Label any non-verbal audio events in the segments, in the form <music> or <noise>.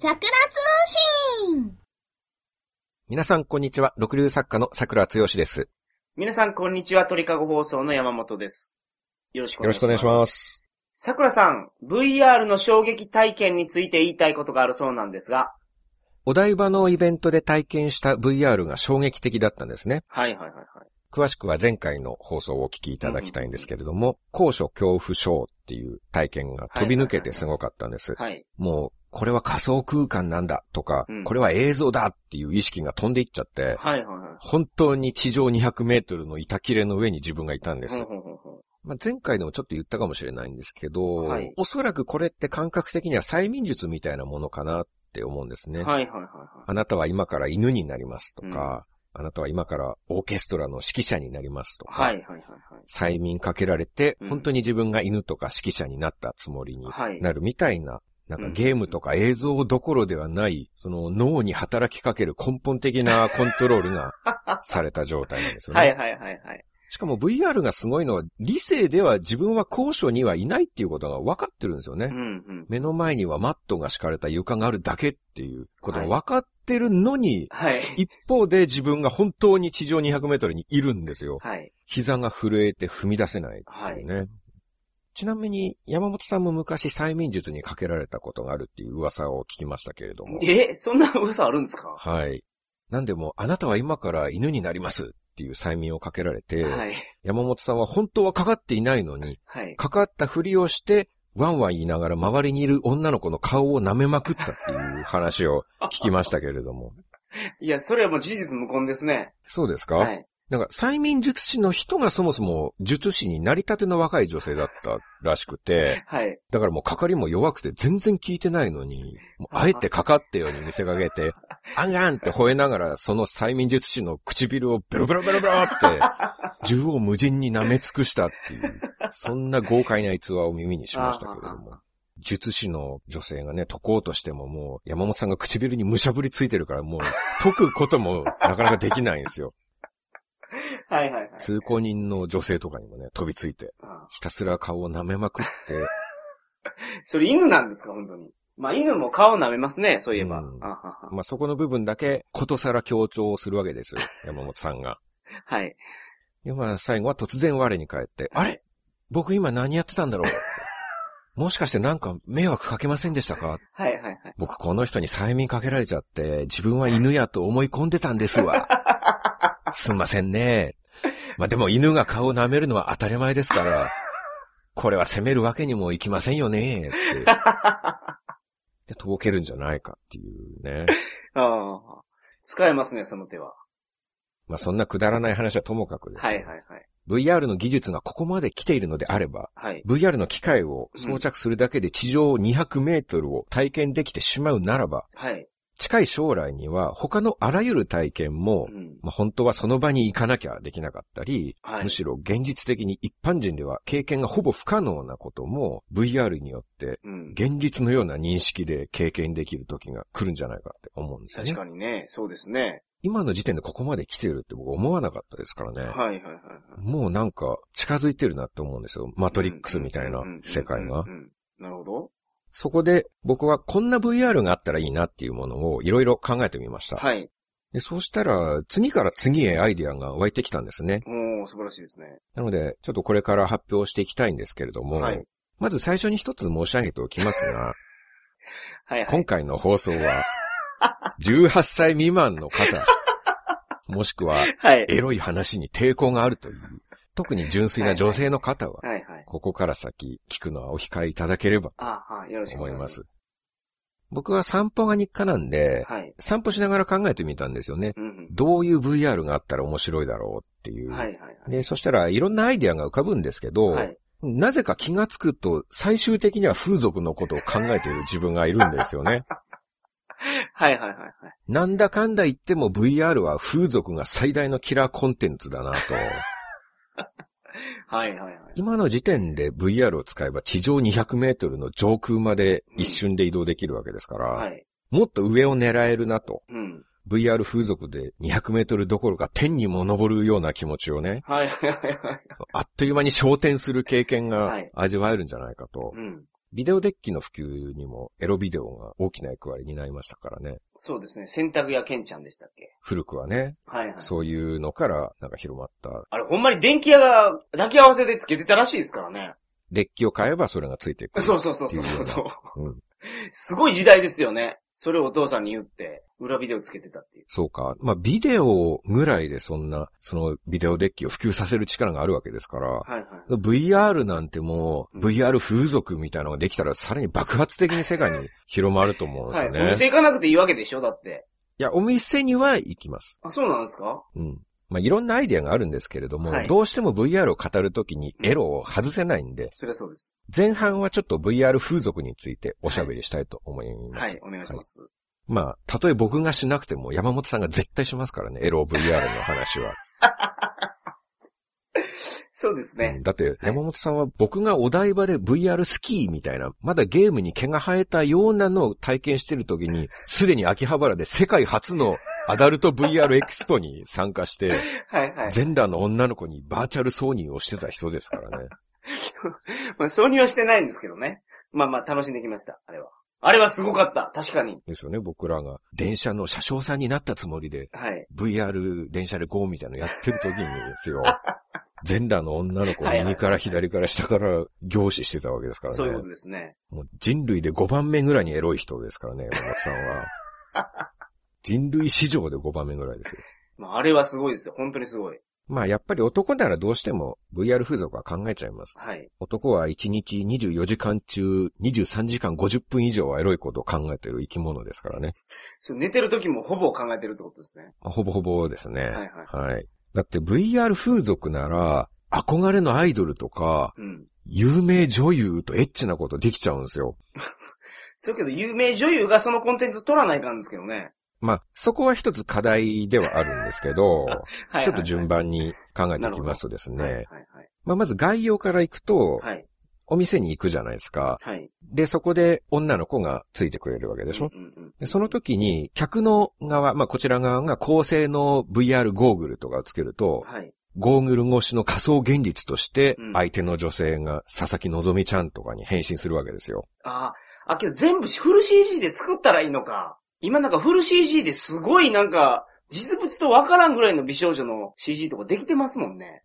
桜通信皆さん、こんにちは。六流作家の桜剛です。皆さん、こんにちは。鳥かご放送の山本です。よろしくおよ願ろいししくおます。願いします。す。桜さん、VR の衝撃体験について言いたいことがあるそうなんですが。お台場のイベントで体験した VR が衝撃的だったんですね。はいはいはいはい。詳しくは前回の放送をお聞きいただきたいんですけれども、高所恐怖症っていう体験が飛び抜けてすごかったんです。はい。もう、これは仮想空間なんだとか、うんこれは映像だっていう意識が飛んでいっちゃって、はいはいは本当に地上200メートルの板切れの上に自分がいたんでい。ほすん。ほんほんほんまあ、前回でもちょっと言ったかもしれないんですけど、はいおそらくこれって感覚的には催眠術みたいなものかなって思うんですね。はいはいはいはあなたは今から犬になりますとか、あなたは今からオーケストラの指揮者になりますとか、い。はいはいはい催眠かけられて、うん本当に自分が犬とか指揮者になったつもりにはい。はい。なるみたいな、なんかうんゲームとか映像どころではない、その脳に働きかける根本的なコントロールがされた状態なんですよね。 <laughs> はいはいはいはい。しかも VR がすごいのは、理性では自分は高所にはいないっていうことが分かってるんですよね。うんうん。目の前にはマットが敷かれた床があるだけっていうことがはい分かってるのに、はい。一方で自分が本当に地上200メートルにいるんですよ。はい。膝が震えて踏み出せないっていうね。ちなみに、山本さんも昔催眠術にかけられたことがあるっていう噂を聞きましたけれども。え、そんな噂あるんですかははい。なんでも、あなたは今から犬になりますっていう催眠をかけられて、い。山本さんは本当はかかっていないのに、はい。かかったふりをして、ワンワン言いながら周りにいる女の子の顔を舐めまくったっていう話を聞きましたけれども。いや、それはもう事実無根ですね。 <laughs> そうですか、はい。なんか催眠術師の人がそもそも術師になりたての若い女性だったらしくて、はい。だからもうかかりも弱くて全然効いてないのに、もうあえてかかったように見せかけて、あんがんって吠えながらその催眠術師の唇をベロベロベロベロって、縦横無尽に舐め尽くしたっていう、そんな豪快な逸話を耳にしましたけれども。術師の女性がね、解こうとしてももう、山本さんが唇にむしゃぶりついてるからもう、解くこともなかなかできないんですよ。はいはいはい。通行人の女性とかにもね、飛びついて、あひたすら顔を舐めまくって、それ犬なんですか、本当に。まあ、犬も顔舐めますね、そういえば。うんあははまあ、そこの部分だけ、ことさら強調をするわけ <laughs> ですよ。山本さんが。はい。で、まあ、最後は突然我に返って、あれ僕今何やってたんだろ <laughs> うもしかしてなんか迷惑かけませんでしたかはいはいはい。僕この人に催眠かけられちゃって、自分は犬やと思い込んでたんです <laughs> わ。すんませんね。まあ、でも犬が顔を舐めるのは当たり前ですから、これは責めるわけにもいきませんよね。 <laughs> って。で、とぼけるんじゃないかっていうね。ああ。使えますね、その手は。まあ、そんなくだらない話はともかくです、ね。はいはいはい。 VR の技術がここまで来ているのであれば、はい。 VR の機械を装着するだけで地上200メートルを体験できてしまうならば、はい。近い将来には他のあらゆる体験もう、ん。まあ、本当はその場に行かなきゃできなかったり、はいむしろ現実的に一般人では経験がほぼ不可能なことも VR によってうん。現実のような認識で経験できる時が来るんじゃないかって思うんですよね。確かにね、そうですね。今の時点でここまで来てるって僕思わなかったですからね。はいはいはいはい。もうなんか近づいてるなって思うんですよ。マトリックスみたいなうんうんうんうん世界がう。んなるほど。そこで僕はこんな VR があったらいいなっていうものをいろいろ考えてみました。はい。でそうしたら次から次へアイディアが湧いてきたんですね。おー、素晴らしいですね。なのでちょっとこれから発表していきたいんですけれども、はいまず最初に一つ申し上げておきますが、 <laughs> はいはい。今回の放送は18歳未満の方、もしくははい。エロい話に抵抗があるという、特に純粋な女性の方は、はいはい。ここから先聞くのはお控えいただければあはい。よろしとくお思い願いしまますす。。僕は散歩が日課なんで、はい。散歩しながら考えてみたんですよね。うんうん。どういう VR があったら面白いだろうっていう。はいはいはい。で、そしたらいろんなアイディアが浮かぶんですけど、はい。なぜか気がつくと最終的には風俗のことを考えている自分がいるんですよ <laughs> ね。はいはいはいはい。なんだかんだ言っても VR は風俗が最大のキラーコンテンツだなと。はいはいはい。今の時点で VR を使えば地上200メートルの上空まで一瞬で移動できるわけですから、はい。もっと上を狙えるなと。うん。 VR 風俗で200メートルどころか天にも昇るような気持ちをね、はいはいはいはい。あっという間に昇天する経験がはい味わえるんじゃないかと。うん。ビデオデッキの普及にもエロビデオが大きな役割になりましたからね。そうですね。洗濯屋ケンちゃんでしたっけ古くはね、はいはい。そういうのからなんか広まった。あれ、ほんまに電気屋が抱き合わせでつけてたらしいですからね。デッキを買えばそれがついていくる。 <laughs> そうそうそうそうそうそう。うん。すごい時代ですよね。それをお父さんに言って、裏ビデオつけてたっていう。そうか。まあ、ビデオぐらいでそんな、そのビデオデッキを普及させる力があるわけですから、はいはい。 VR なんてもう、うん VR 風俗みたいなのができたらさらに爆発的に世界に広まると思うんですはいよね。。おい、店行かなくていいわけでしょだって。や、お店には行きます。あ、そうなんですかうん。まあ、いろんなアイディアがあるんですけれども、はいどうしても VR を語るときにエロを外せないんで、そりゃそうです。前半はちょっと VR 風俗についておしゃべりしたいと思います。はい、お願いします。まあ、たとえ僕がしなくても山本さんが絶対しますからね、エロ VR の話は。そうですうねん。だって、山本さんは僕がお台場で VR スキーみたいな、まだゲームに毛が生えたようなのを体験してる時 <laughs> に、すでに秋葉原で世界初のアダルト VR エキスポに参加して、はいはい。全裸の女の子にバーチャル挿入をしてた人ですからね。 <laughs> まあ、挿入はしてないんですけどね。まあまあ、楽しんできました。あれは。あれはすごかった。確かに。ですよね、僕らが電車の車掌さんになったつもりで、はい。 VR 電車で GO みたいなのやってる時にです <laughs> よ。全裸の女の子を右から左から下から凝視してたわけですからね。そういうことですね。もう人類で5番目ぐらいにエロい人ですから <laughs> ね、山本さんは。人類史上で5番目ぐらいですよ。まあ、あれはすごいですよ。本当にすごい。まあやっぱり男ならどうしても VR 風俗は考えちゃいます。はい。男は1日24時間中23時間50分以上はエロいことを考えてる生き物ですからね。そう寝てる時もほぼ考えてるってことですね。まあほぼほぼですね。はいはいだって VR 風俗なら憧れのアイドルとかうん。有名女優とエッチなことできちゃうんですよ。そうけど、有名女優がそのコンテンツ取らないかんですけどね。まあそこは一つ課題ではあるんですけど、はいはい、はい。ちょっと順番に考えていきますとですはいはねい。はい。まあ、まず概要から行くと、はい。お店に行くじゃないですか。はい。で、そこで女の子がついてくれるわけでしょ。うんうんうでん、その時に、客の側、まあ、こちら側が高性能 VR ゴーグルとかをつけると、はい。ゴーグル越しの仮想現実としてうん、相手の女性が佐々木のぞみちゃんとかに変身するわけですよ。ああ、あ、けど全部フル CG で作ったらいいのか。今なんかフル CG ですごいなんか、実物とわからんぐらいの美少女の CG とかできてますもんね。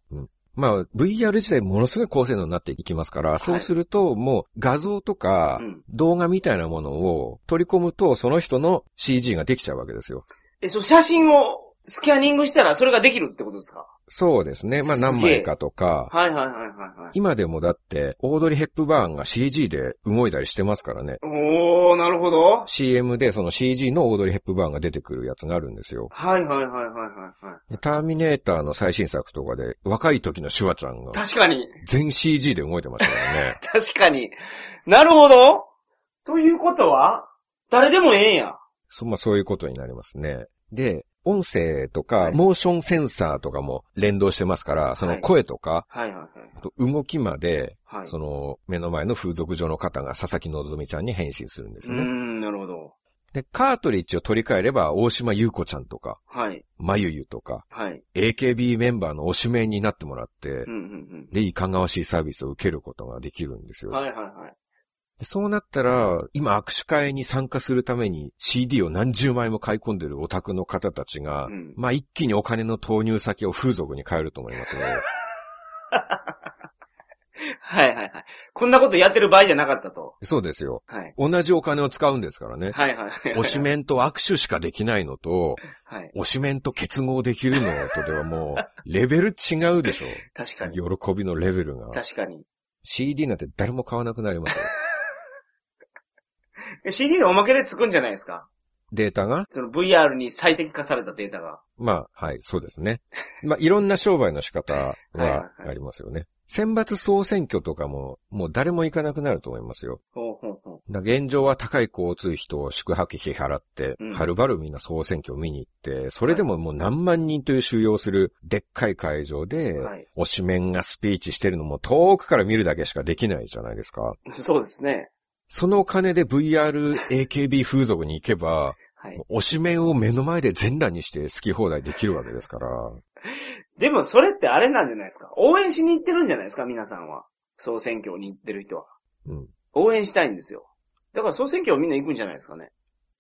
まあ、VR 自体ものすごい高性能になっていきますから、そうすると、もう画像とかうん、動画みたいなものを取り込むと、その人の CG ができちゃうわけですよ。え、そう、写真をスキャニングしたらそれができるってことですかそうですね。まあすげえ何枚かとか、はいはいはいはい、はい。今でもだって、オードリー・ヘップバーンが CG で動いたりしてますからね。おー、なるほど。 CM でその CG のオードリー・ヘップバーンが出てくるやつがあるんですよ。はいはいはいはいはいはい。ターミネーターの最新作とかで、若い時のシュワちゃんが確かに、。全 CG で動いてましたからね <laughs> <laughs> 確かに。なるほど。ということは、誰でもええんや。そまあそういうことになりますね。で、音声とはか、いモーションセンサーとかも連動してますから、その声とか、はいはいあと動きまで、はい。はい。その目の前の風俗上の方が佐々木希ちゃんに変身するんですうーよね。ん、なるほど。で、カートリッジを取り替えれば、大島優子ちゃんとか、はい。まゆゆとか、はい。 AKB メンバーのおしめになってもらってう、んうんで、いかがわしいサービスを受けることができるんですうん。よ。はいはいはい。でそうなったら、今握手会に参加するために CD を何十枚も買い込んでるオタクの方たちが、うんまあ一気にお金の投入先を風俗に変えると思います <laughs> ね。はいはいはい。こんなことやってる場合じゃなかったと。そうですよ。はい。同じお金を使うんですからね。はいはいはい。推し。メンと握手しかできないのと、はい。推しメンと結合できるのとではもう、レベル違うでしょ。 <laughs> 確かに。喜びのレベルが。確かに。 CD なんて誰も買わなくなりますよ。え CD がおまけでつくんじゃないですか。データがその VR に最適化されたデータが。まあ、はい、そうです <laughs> ね。まあ、いろんな商売の仕方いはいははいありますよね。選抜総選挙とかも、もう誰も行かなくなると思いますよ。ほうほうほだ現状は高い交通費と宿泊費払って、うんはるばるみんな総選挙を見に行って、それでももう何万人という収容するでっかい会場で、はい <laughs> 推しメンがスピーチしてるのも遠くから見るだけしかできないじゃないですか。う。そうですね。そのお金で VR、AKB 風俗に行けば、はい。推しメンを目の前で全裸にして好き放題できるわけですから、でもそれってあれなんじゃないですか。応援しに行ってるんじゃないですか、皆さんは。総選挙に行ってる人は。うん。応援したいんですよ。だから総選挙はみんな行くんじゃないですかね。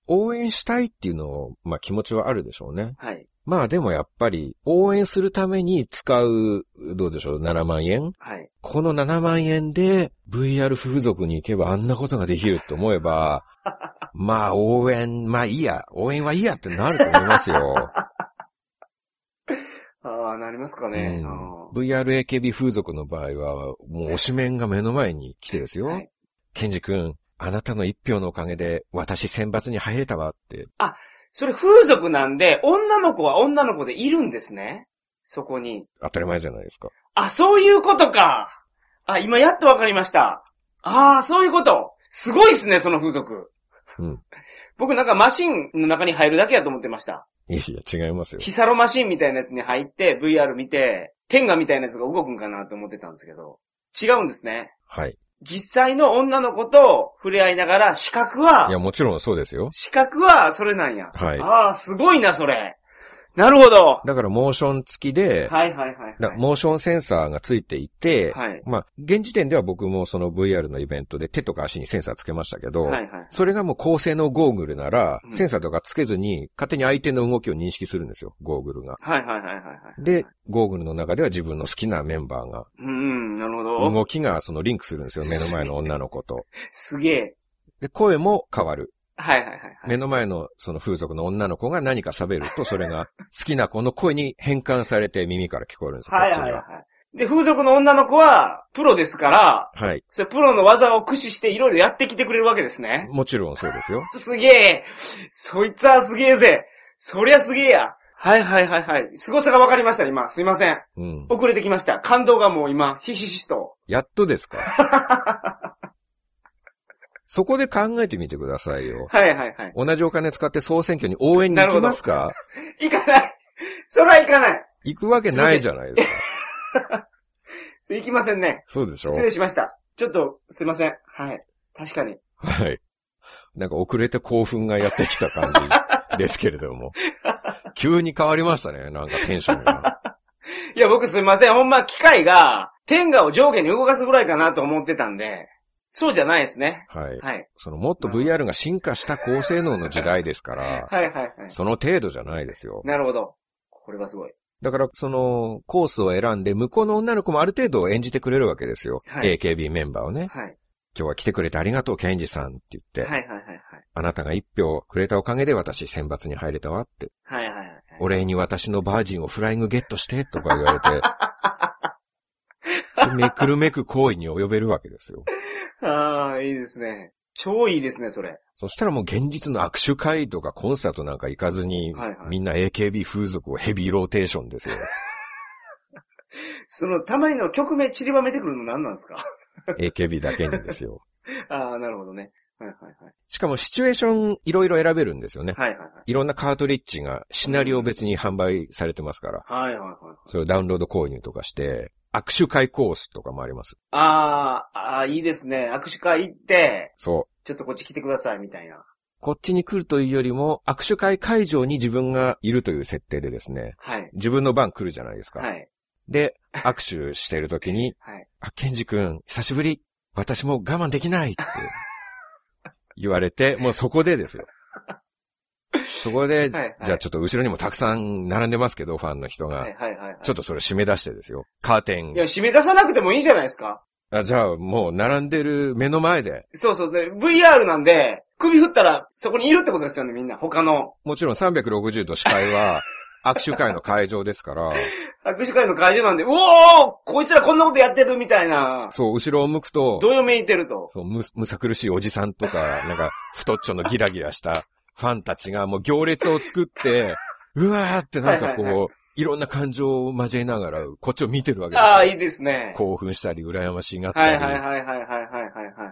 応援したいっていうのを、まあ気持ちはあるでしょうね。はい。まあでもやっぱり、応援するために使う、どうでしょう、7万円はい。この7万円で VR 風俗に行けばあんなことができると思えば、まあ応援、まあいいや、応援はいいやってなると思いますよ。ああ、なりますかうね。んあー VRAKB 風俗の場合は、もう推しメンが目の前に来てですよ。はいケンジ君、あなたの一票のおかげで私選抜に入れたわって。それ風俗なんで、女の子は女の子でいるんですね。そこに。当たり前じゃないですか。あ、そういうことか。あ、今やっとわかりました。ああ、そういうこと。すごいっすね、その風俗。うん <laughs> 僕なんかマシンの中に入るだけやと思ってました。いやいや、違いますよ。ヒサロマシンみたいなやつに入って、VR 見て、天下みたいなやつが動くんかなと思ってたんですけど。違うんですね。はい。実際の女の子と触れ合いながら、視覚はいや、、もちろんそうですよ。視覚はそれなんや。はいああ、すごいな、それ。なるほど。はだからモーション付きで、いはいはい、はい。だからモーションセンサーがついていて、はいまあ、現時点では僕もその VR のイベントで手とか足にセンサーつけましたけど、はいはい。それがもう高性能ゴーグルならう、んセンサーとかつけずに勝手に相手の動きを認識するんですよ、ゴーグルが。はいはいはいはいはい。で、ゴーグルの中では自分の好きなメンバーが、うんうん、なるほど。動きがそのリンクするんです <laughs> よ、目の前の女の子と。すげえ。で、声も変わる。はいはいはいはい。目の前のその風俗の女の子が何か喋ると、それが好きな子の声に変換されて耳から聞こえるんですよ、こはいっちはいにはは。い。で、風俗の女の子は、プロですから、はい。それプロの技を駆使していろいろやってきてくれるわけですね。もちろんそうですよ。すげえそいつはすげえぜそりゃすげえやはいはいはいはい。凄さが分かりました、今。すいません。 <laughs> うん。遅れてきました。感動がもう今、ひしひしと。やっとですか。そこで考えてみてくださいよ。はいはいはい。同じお金使って総選挙に応援に行きますか行かないそれは行かない行くわけないじゃない <laughs> ですか。それ行きませんね。そうでしょ失礼しました。ちょっと、すいません。はい。確かに。はい。なんか遅れて興奮がやってきた感じですけれど <laughs> も。急に変わりましたね、なんかテンションが。いや、僕すいません。ほんま、機械が、天下を上下に動かすぐらいかなと思ってたんで、そうじゃないですね。はい。はい。そのもっと VR が進化した高性能の時代ですから、はいはいはい。その程度じゃないですよ。なるほど。これはすごい。だから、その、コースを選んで、向こうの女の子もある程度演じてくれるわけですよ。はい AKB メンバーをね。はい。今日は来てくれてありがとう、ケンジさんって言って、はいはいはいあなたが一票くれたおかげで私選抜に入れたわって、はい。はいはいはい。お礼に私のバージンをフライングゲットして、とか言われて、 <laughs> でめくるめく行為に及べるわけですよ。ああ、いいですね。超いいですね、それ。そしたらもう現実の握手会とかコンサートなんか行かずに、はいはいみんな AKB 風俗をヘビーローテーションですよ。その、たまにの曲名散りばめてくるの何なんですか AKB だけにですよ。ああ、なるほどね。はいはいはい。しかもシチュエーションいろいろ選べるんですよね。はいはいはい。いろんなカートリッジがシナリオ別に販売されてますから、はいはいはいはい。それをダウンロード購入とかして、握手会コースとかもあります。ああ、ああ、いいですね。握手会行って、そう。ちょっとこっち来てください、みたいな。こっちに来るというよりも、握手会会場に自分がいるという設定でですね、はい。自分の番来るじゃないですか。はい。で、握手してるときに、はい。あ、ケンジ君、久しぶり。私もう我慢できないって言われて、もうそこでですよ。そこで、 <laughs> はいはいじゃあちょっと後ろにもたくさん並んでますけど、ファンの人が。はいはいはいはい。ちょっとそれ締め出してですよ。カーテンいや、。締め出さなくてもいいんじゃないですかあじゃあもう並んでる目の前で、そうそう。で、VR なんで、首振ったらそこにいるってことですよね、みんな。他の。もちろん360度視界は握手会の会場ですから、握手会の会場なんで、うおーこいつらこんなことやってるみたいな、そう、後ろを向くと、どよめいてると。そうむ、むさ苦しいおじさんとか、なんか、太っちょのギラギラしたファンたちがもう行列を作って、うわーってなんかこう、はいいはいろんな感情を交えながら、こっちを見てるわけですよああ、いいですね。興奮したり、羨ましがったはり、いはいはいはいはいはいはい。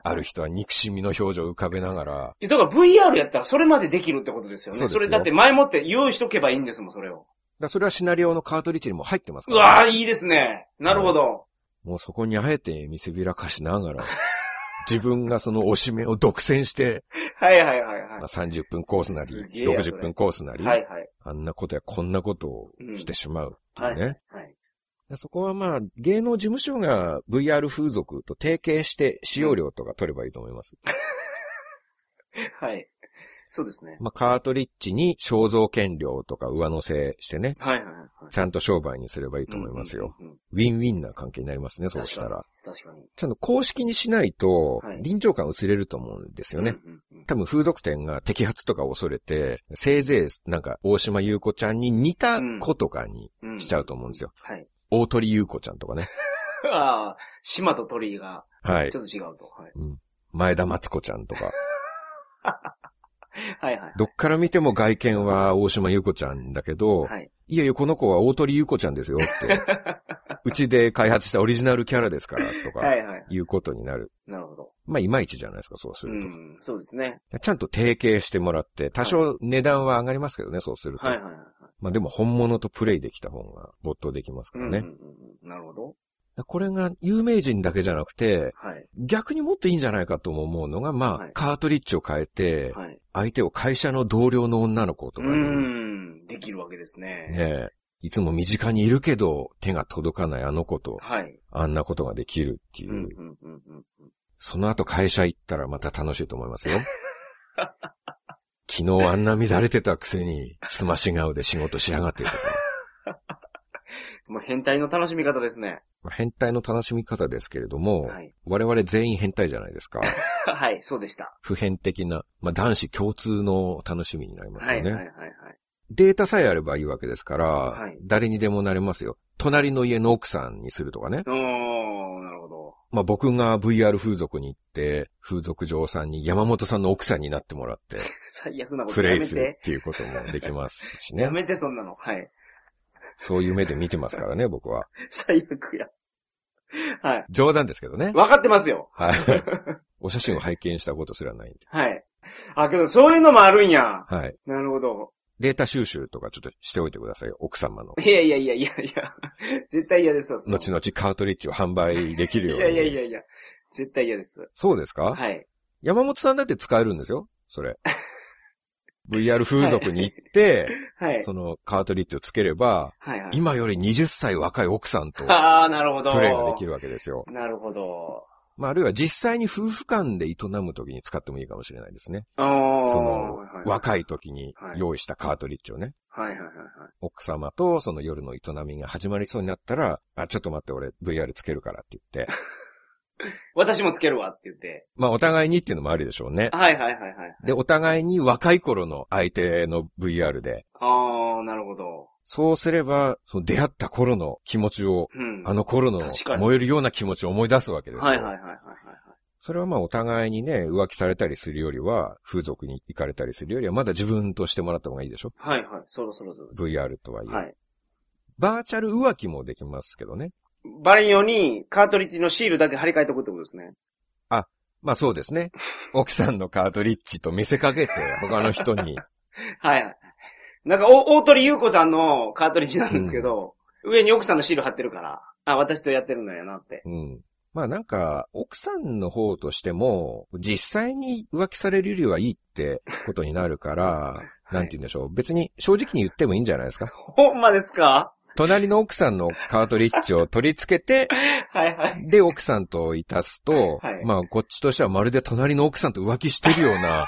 ある人は憎しみの表情を浮かべながら、いや。だから VR やったらそれまでできるってことですよね。そうそですよれだって前もって用意しとけばいいんですもん、それだを。からそれはシナリオのカートリッジにも入ってますうから、わーいいですね。なるほど。もうそこにあえて見せびらかしながら、自分がその推し目を独占して、はいはいはいはまい。あ、30分コースなすり、げえやそれ60分コースなり、はいはい。あんなことやこんなことをしてしまうっていうね。はい。はい。そこはまあ、芸能事務所が VR 風俗と提携して使用料とか取ればいいと思います。はい。そうですね。まあ、カートリッジに肖像権料とか上乗せしてね、はいはいはい。ちゃんと商売にすればいいと思いますよ。うんうんうん。ウィンウィンな関係になりますね、そうしたら。確かに。ちゃんと公式にしないとは、い臨場感薄れると思うんですよね。うんうんうん。多分風俗店が摘発とか恐れて、せいぜいなんか大島優子ちゃんに似た子とかにうんしちゃうと思うんですよ。はい。 <laughs> 大鳥優子ちゃんとかね。ああ、島と鳥居が、はいち。ょっと違うと。はい。前田松子ちゃんとか。はいはい。どっから見ても外見は大島優子ちゃんだけど、はい。いやいや、この子は大鳥優子ちゃんですよ <laughs> って。うちで開発したオリジナルキャラですから、とはか、いはい。いうことになる。なるほど。まあ、いまいちじゃないですか、そうすうると。ん。そうですね。ちゃんと提携してもらって、多少値段は上がりますけどね、そうすると。はいはいはいはい。まあでも本物とプレイできた方が没頭できますかうんうらんね。うんうん。なるほど。これが有名人だけじゃなくて、はい。逆にもっといいんじゃないかとも思うのが、まあ、はいカートリッジを変えて、はい。相手を会社の同僚の女の子とうかに、ん。できるわけですね。ねえ、いつも身近にいるけど、手が届かないあの子と、はい。あんなことができるっていうう。んうんうんうん。その後会社行ったらまた楽しいと思いますよ。 <laughs> 昨日あんな乱れてたくせに、すまし顔で仕事しやがってとか。もう変態の楽しみ方ですね。まあ変態の楽しみ方ですけれども、はい。我々全員変態じゃないです <laughs> か。はい、そうでした。普遍的な、まあ、男子共通の楽しみになりますはよい、ね。はい、はい、はい。データさえあればいいわけですから、はい誰にでもなれますよ。隣の家の奥さんにするとかね。おー、なるほど。 <laughs> まあ、僕が VR 風俗に行って、風俗嬢さんに山本さんの奥さんになってもら <laughs> って、最悪なことプやレイめするて。っていうこともできますしねや。めて、そんなの。はい。 <laughs> そういう目で見てますからね、僕は。最悪や。はい。冗談ですけど <laughs> ね。わかってますよ。はい。お写真を拝見したことすらないんで。はい。あ、けどそういうのもあるんや。はい。なるほど。データ収集とかちょっとしておいてくださいよ、奥様の。いやいやいやいやいや。 <laughs> 絶対嫌ですよ、そんなの後々カートリッジを販売できるよういに。やいやいやいや。絶対嫌です。そうですか、はい。山本さんだって使えるんですよそ <laughs> れ。VR 風俗に行って、はい。そのカートリッジをつければ、はいはい。今より20歳若い奥さ <laughs> んとプあー、なるほど。レイができるわけですよ。なるほど。まあ、あるいは実際に夫婦間で営む時に使ってもいいかもしれないですね。あー。そのはいはい、若い時にはい用意したカートリッジをね、はいはいはいはい。奥様とその夜の営みが始まりそうになったら、あ、ちょっと待って俺 VR つけるからって言 <laughs> って、私もつけるわって言って。まあお互いにっていうのもありでしょうね。はいはいはいはい。で、お互いに若い頃の相手の VR で、あー、なるほど。そうすれば、その出会った頃の気持ちを、うん。あの頃の確かに燃えるような気持ちを思い出すわけですよ。はいはいはいはいはい。それはまあお互いにね、浮気されたりするよりは、風俗に行かれたりするよりは、まだ自分としてもらった方がいいでしょはいはい。そろそろそろ。 ?VR とはいえ、はい。バーチャル浮気もできますけどね。バレんように、カートリッジのシールだけ張り替えておくってことですね。まあそうです <laughs> ね。奥さんのカートリッジと見せかけて、他の人に。はいはい。なんか、お大鳥優子さんのカートリッジなんですけど、上に奥さんのシール貼ってるから、あ、私とやってるのやなって。うん。まあなんか、奥さんの方としても、実際に浮気されるよりはいいってことになるから、いなんて言うんでしょう。別に正直に言ってもいいんじゃないですか。ほんまですか隣の奥さんのカートリッジを取り付けて、はいはい。で、奥さんといたすと、はいまあ、こっちとしてはまるで隣の奥さんと浮気してるよう <laughs> な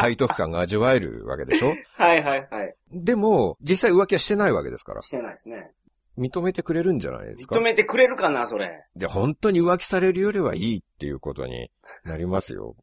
背徳感が味わえるわけでしょはいはいはい。でも、実際浮気はしてないわけですから、してないですね。認めてくれるんじゃないですか認。めてくれるかな、それ。で、本当に浮気されるよりはいいっていうことになりますよ。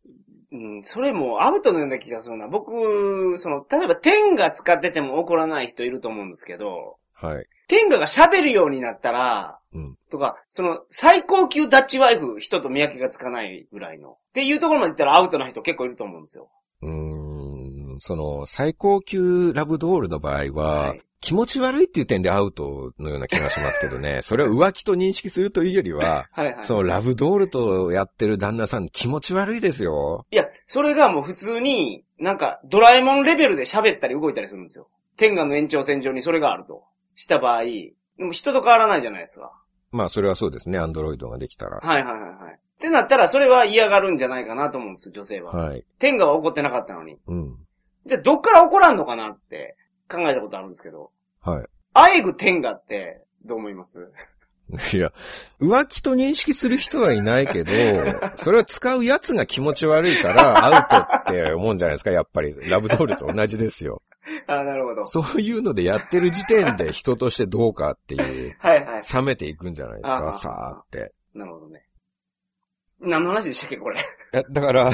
うん、それもアウトのような気がするな。僕、その、例えば天が使ってても怒らない人いると思うんですけど、はい。天下が喋るようになったら、うんとか、その、最高級ダッチワイフ、人と見分けがつかないぐらいの。っていうところまで言ったらアウトな人結構いると思うんですよ。うーん、その、最高級ラブドールの場合は、はい気持ち悪いっていう点でアウトのような気がしますけど <laughs> ね、それを浮気と認識するというよりは、はいはい。そのラブドールとやってる旦那さん気持ち悪いですよ。いや、それがもう普通に、なんか、ドラえもんレベルで喋ったり動いたりするんですよ。天下の延長線上にそれがあると。した場合、でも人と変わらないじゃないですか。まあそれはそうですね、アンドロイドができたら。はいはいはいはい。ってなったら、それは嫌がるんじゃないかなと思うんですよ、女性は。はい。天下は怒ってなかったのに。うん。 <laughs> じゃあ、どっから怒らんのかなって考えたことあるんですけど。はい。あえぐ天下って、どう思います <laughs> いや、浮気と認識する人はいない <laughs> けど、それは使うやつが気持ち悪いからアウトって思うんじゃないですか、やっぱり。ラブドールと同じですよ。あーなるほど。そういうのでやってる時点で人としてどうかっていう、はいはい。冷めていくんじゃないですあか、あさーって。なるほどね。何の話でしたっけ、これ。いやだから、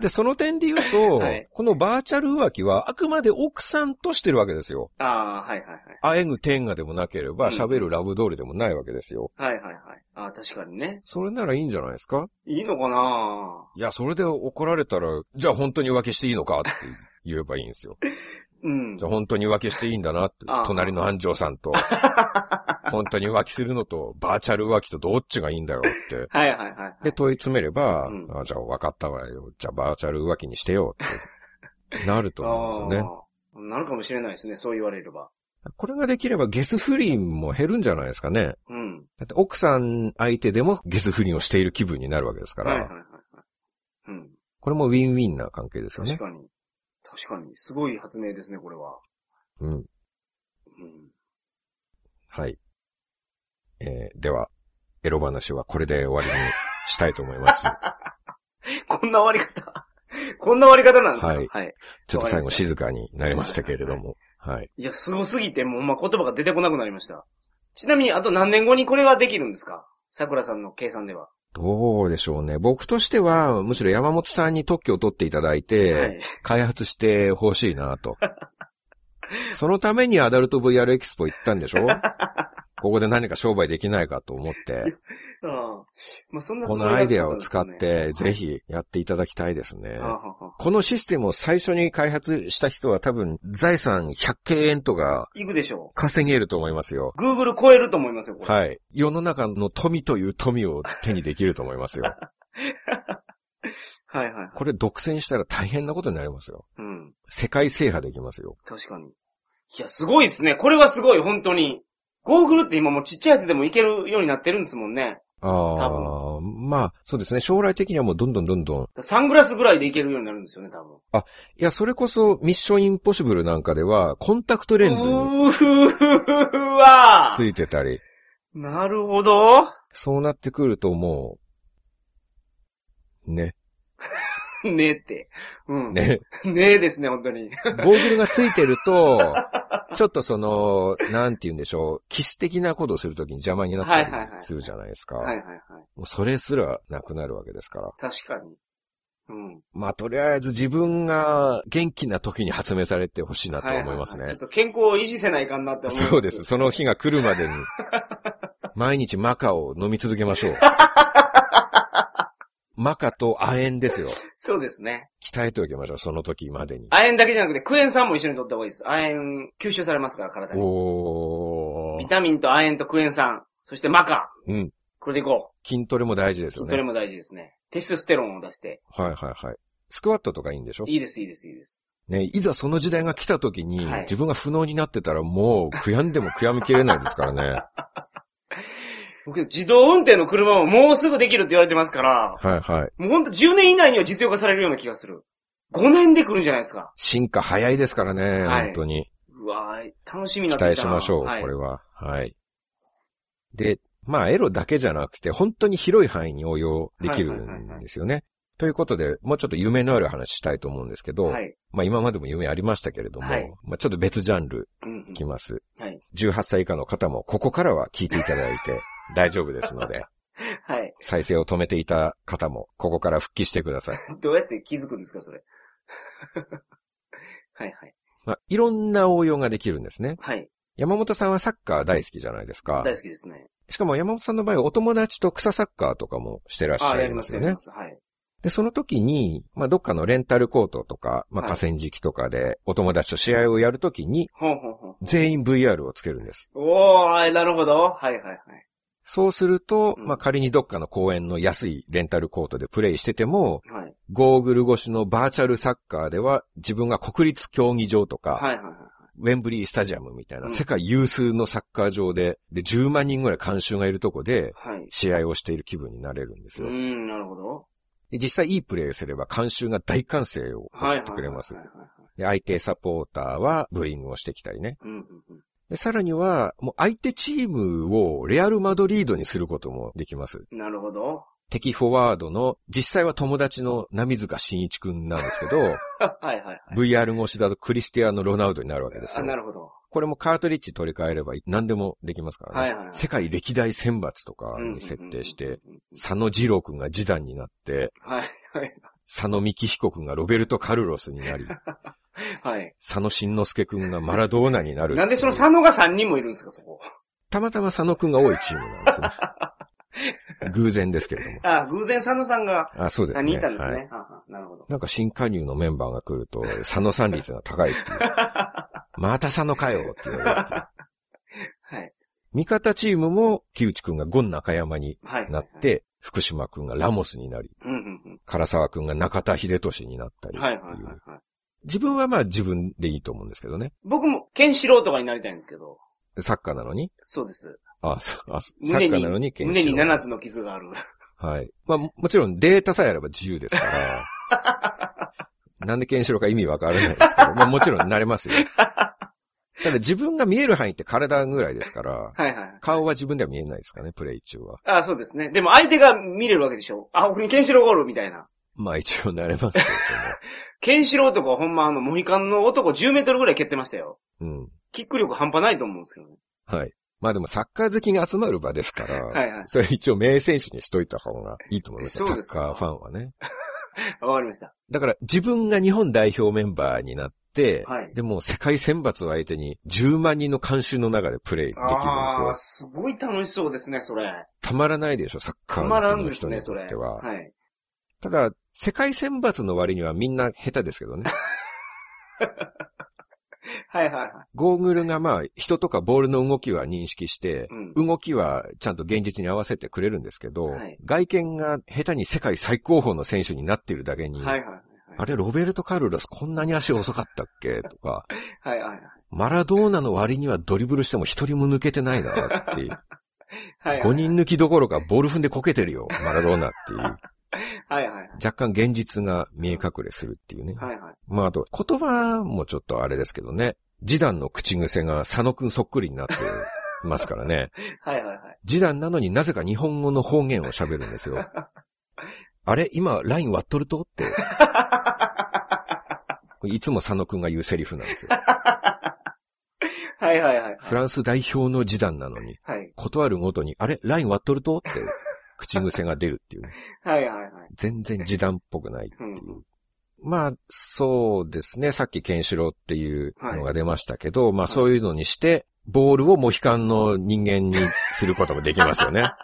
で、その点で言うと、はいこのバーチャル浮気はあくまで奥さんとしてるわけですよ。ああ、はいはいはい。あえぐ天下でもなければ、うん喋るラブドールでもないわけですよ。はいはいはい。ああ、確かにね。それならいいんじゃないですかいいのかないや、それで怒られたら、じゃあ本当に浮気していいのかって言えばいいん <laughs> ですよ。うんじゃ。あ本当に浮気していいんだなってああ、隣の安城さん <laughs> と、本当に浮気するのと、バーチャル浮気とどっちがいいんだろうって。はいはいはいはい。で、問い詰めれば、うんあじゃあ分かったわよ。じゃあバーチャル浮気にしてよって、なると思うんですよね。あーなるかもしれないですね、そう言われれば。これができればゲス不倫も減るんじゃないですかね。うん。だって奥さん相手でもゲス不倫をしている気分になるわけですから、はいはいはいはい。うん。これもウィンウィンな関係ですよ確ね。かに。確かに。すごい発明ですね、これは。うん。うん。 <laughs> はい。えーでは、エロ話はこれで終わりにしたいと思い <laughs> ます。こんな終わり方。 <laughs> こんな終わり方なんですかはいはい。ちょっと最後静かになりましたけれども。はい。いや、すごすぎて、もうほんま言葉が出てこなくなりました。ちなみに、あと何年後にこれはできるんですか桜さんの計算では。どうでしょうね。僕としては、むしろ山本さんに特許を取っていただいて、はい。開発してほしいな <laughs> と。そのためにアダルト VR エキスポ行ったんで <laughs> しょここで何か商売できないかと思って、ああ。まあ、そんなつこもりのはアなイかたんですけデどアねを使って、ぜ。ひやっていただきたいですねあ。あはあはあこのシステムを最初に開発した人は多分財産100系円とかいくでしょ稼げると思いますよ。う。Google 超えると思いますよ、これ。はい。世の中の富という富を手にできると思いますよ。はいはい。これ独占したら大変なことになりますよ。うん。世界制覇できますよ。確かに。いや、すごいですね。これはすごい、本当に。ゴーグルって今もうちっちゃいやつでもいけるようになってるんですもんね。ああ、まあ、そうですね。将来的にはもうどんどんどんどん。サングラスぐらいでいけるようになるんですよね、多分。いや、それこそミッションインポッシブルなんかでは、コンタクトレンズにうーわついてたり、なるほど。そうなってくるともう、ね、ねえって。うん。ね。 <laughs> ねえですね、本当 <laughs> に。ゴーグルがついてると、ちょっとその、なんて言うんでしょう、キス的なことをするときに邪魔になったりはいはいはいするじゃないですか。はいはいはい。もうそれすらなくなるわけですから。確かに。うん。まあ、とりあえず自分が元気な時に発明されてほしいなと思いますはははちょっね。と健康を維持せないかんなって思います。そうです。。その日が来るまでに、毎日マカを飲み続けま <laughs> しょう。マカと亜鉛ですよ。そうですね。鍛えておきましょう、その時までに。亜鉛だけじゃなくて、クエン酸も一緒に取った方がいいです。亜鉛吸収されますから、体に。おビー。タミンと亜鉛とクエン酸、そしてマカ。うん。これでいこ筋トレも大事でう。すよ筋トレね。も大事ですね。テストステロンを出して。はいはいはい。スクワットとかいいんでしょいいです、いいです、いいです。ね、いざその時代が来た時に、はい自分が不能になってたらもう悔やんでも悔やみきれないです <laughs> からね。僕、自動運転の車ももうすぐできるって言われてますから、はいはい。もうほんと10年以内には実用化されるような気がする。5年で来るんじゃないですか。進化早いですからね、はい本当に。うわー楽しみに期なってきたな待しましょう、はいこれは。はい。で、まあ、エロだけじゃなくて、本当に広い範囲に応用できるはいはいはいはんいですよね。ということで、もうちょっと夢のある話したいと思うんですけど、はい。まあ今までも夢ありましたけれども、はいまあちょっと別ジャンルうんうんいきます。はい。 18歳以下の方もここからは聞いていただいて大丈夫ですので、はい。 <laughs> 再生を止めていた方もここから復帰してください。どうやって気づくんですか、それ。 <laughs> はいはい。まあ、いろんな応用ができるんですね。はい。山本さんはサッカー大好きじゃないですか。大好きですね。しかも山本さんの場合はお友達と草サッカーとかもしてらっしあゃー、やいりまますす、よやりねま。す。はい。で、その時に、まあ、どっかのレンタルコートとか、まあ、はい河川敷とかでお友達と試合をやるときに、ほんほんほん。全員 VR をつけるんです。おー、なるほど。はいはいはい。そうすると、うんまあ、仮にどっかの公園の安いレンタルコートでプレイしてても、はい。ゴーグル越しのバーチャルサッカーでは、自分が国立競技場とか、はいはいはい。ウェンブリースタジアムみたいな、うん世界有数のサッカー場で、で、10万人ぐらい観衆がいるとこで、はい。試合をしている気分になれるんですうーよ。ん、なるほど。で実際いいプレイをすれば監修が大歓声をは送っいはい。てくれますはい。はいはいで相手サポーターはブーイングをしてきたりね。うんうんうん。でさらには、もう相手チームをレアルマドリードにすることもできます。なるほど。敵フォワードの、実際は友達の波塚慎一くんなんですけど、 <laughs> はいはいはい。 VR 越しだとクリスティアーノ・ロナウドになるわけですあ、よ。なるほど。これもカートリッジ取り替えれば何でもできますからね。はいはいはい世界歴代選抜とかに設定して、。佐野二郎くんが次男になって、はいはい。佐野幹彦くんがロベルト・カルロスに <laughs> なり、 <laughs> はい。佐野慎之介くんがマラドーナになる。なんでその佐野が3人もいるんですか、そこ。 <laughs> たまたま佐野くんが多いチームなんですね。 <laughs> 偶然ですけれども。あ、偶然佐野さんがあ、そうですね。 3人いたんですはいね。ああなるほど。 <laughs> なんか新加入のメンバーが来ると、佐野さん率が高いって <laughs> いう。また佐野かよって言われるっていう。はい。味方チームも、木内くんがゴン中山にはい。なっ。て、福島くんがラモスになり、うんうん唐沢くんが中田秀俊になったうりっん。て。はいいうはいはいはい。自分はまあ自分でいいと思うんですけどね。僕も、ケンシロウとかになりたいんですけど。サッカーなのにそうです。あ、そうあサ胸ッカに、ーなのに胸に7七つの傷がある。 <laughs> はい。まあ、もちろんデータさえあれば自由ですから。 <laughs> なんでケンシロウか意味わからないですけど、まあもちろん慣れますよ。ただ自分が見える範囲って体ぐらいですから、はいはい。顔は自分では見えないですかね、プレイ中は。あそうですね。でも相手が見れるわけでしょ。あ、俺にケンシロウがおるみたいな。まあ一応慣れ <laughs> ますけケンシロウとかほんまあの、モヒカンの男10メートルぐらい蹴ってましたよ。ども。キック力半端ないと思うんですけどね。うん。はい。まあでもサッカー好きが集まる場ですから、はいはい。 <laughs> それ一応名選手にしといた方がいいと思いますよそサうでッすかカーファンはね。わかりました。だから自分が日本代表メンバーになって、はいでも世界選抜を相手に10万人の監修の中でプレイできるんですああよー、。すごい楽しそうですね、それ。たまらないでしょ、サッカたーま好らきんのです人ね、にそとっれ。ては。はい。ただ、世界選抜の割にはみんな下手ですけど <laughs> ね。はいはいはい。ゴーグルがまあ人とかボールの動きは認識して、うん。動きはちゃんと現実に合わせてくれるんですけど、はい外見が下手に世界最高峰の選手になってるだけに、はいはいはい。あれ、ロベルト・カルロスこんなに足遅かったっけとか、はいはいはい。マラドーナの割にはドリブルしても一人も抜けてないなっていう。はいはい。 5人抜きどころかボール踏んでこけてるよ、マラドーナっていう。はいはいはい。若干現実が見え隠れするっていうね。はいはい。まああと、言葉もちょっとあれですけどね。ジダンの口癖が佐野くんそっくりになってますから <laughs> ね。はいはいはい。ジダンなのになぜか日本語の方言を喋るんですよ。あれ今、ライン割っとると <laughs> って。これいつも佐野くんが言うセリフなんですよ。はいはいはい。フランス代表のジダンなのに。はい。断るごとに、あれライン割っとるとって、口癖が出る <laughs> っていうね。はいはいはい。全然時短っぽくないってういんう。まあ、そうですね。さっきケンシロウっていうのが出ましたけど、まあはいそういうのにして、ボールをモヒカンの人間にすることもできますよね。は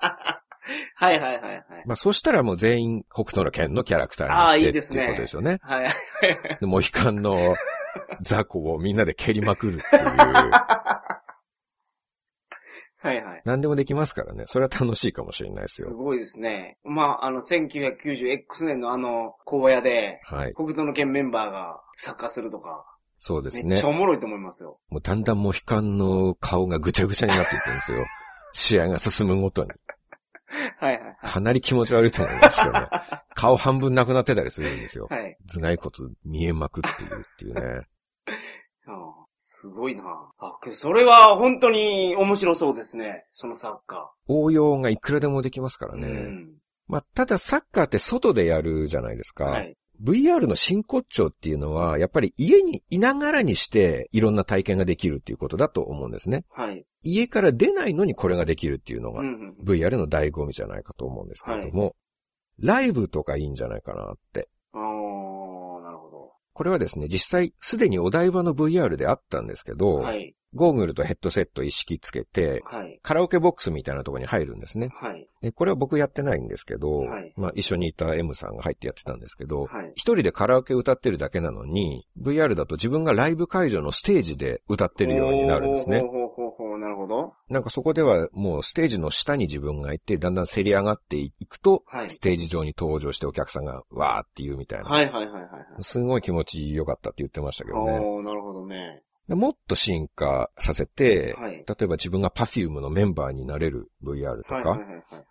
いはいはいはい。まあそうしたらもう全員北斗の剣のキャラクタあーあにいしいてでっすていねうことでしょうね。はい。でモヒカン <laughs> の雑魚をみんなで蹴りまくるっていう。はいはい。何でもできますからね。それは楽しいかもしれないですすよ。ごいですね。まあ、あの、1990X 年のあの、荒野で、はい。北斗の剣メンバーがサッカーするとか、そうですめっねちゃ。おもろいと思いますよ。もうだんだんモヒカンの顔がぐちゃぐちゃになっていくんですよ。 <laughs> 試合が進むごとに。はいはいはい。かなり気持ち悪いと思いますけどね。 <laughs> 顔半分なくなってたりするんですよ。はい。頭蓋骨見えまくっているっていうね。 <laughs> ああすごいなあ、けどそれは本当に面白そうですね。そのサッカ応用がいくらでもできますからー。ね。うん。まあ、ただサッカーって外でやるじゃないですか。はい。 VR の真骨頂っていうのは、やっぱり家にいながらにしていろんな体験ができるっていうことだと思うんですね。はい。家から出ないのにこれができるっていうのうがん、うん。 VR の醍醐味じゃないかと思うんですけれども、ライブとかいいんじゃないかなって。ああ、なるほこれはですね、実際すでにお台場の VR であったんですけど、ど。はい。ゴーグルとヘッドセット一式つけて、はい。カラオケボックスみたいなところに入るんですね。はい。でこれは僕やってないんですけど、はいまあ一緒にいた M さんが入ってやってたんですけど、はい。一人でカラオケ歌ってるだけなのに、VR だと自分がライブ会場のステージで歌ってるようになるんですねほ。うほうほうほう、なるほど。なんかそこではもうステージの下に自分がいて、だんだんせり上がっていくと、はいス。テージ上に登場してお客さんがわーって言うみたいな。はいはいはいはいはい。すごい気持ち良かったって言ってましたけどね。おーなるほどね。でもっと進化させて、はい。例えば自分が Perfume のメンバーになれる VR とか、はいはいはいはいはい。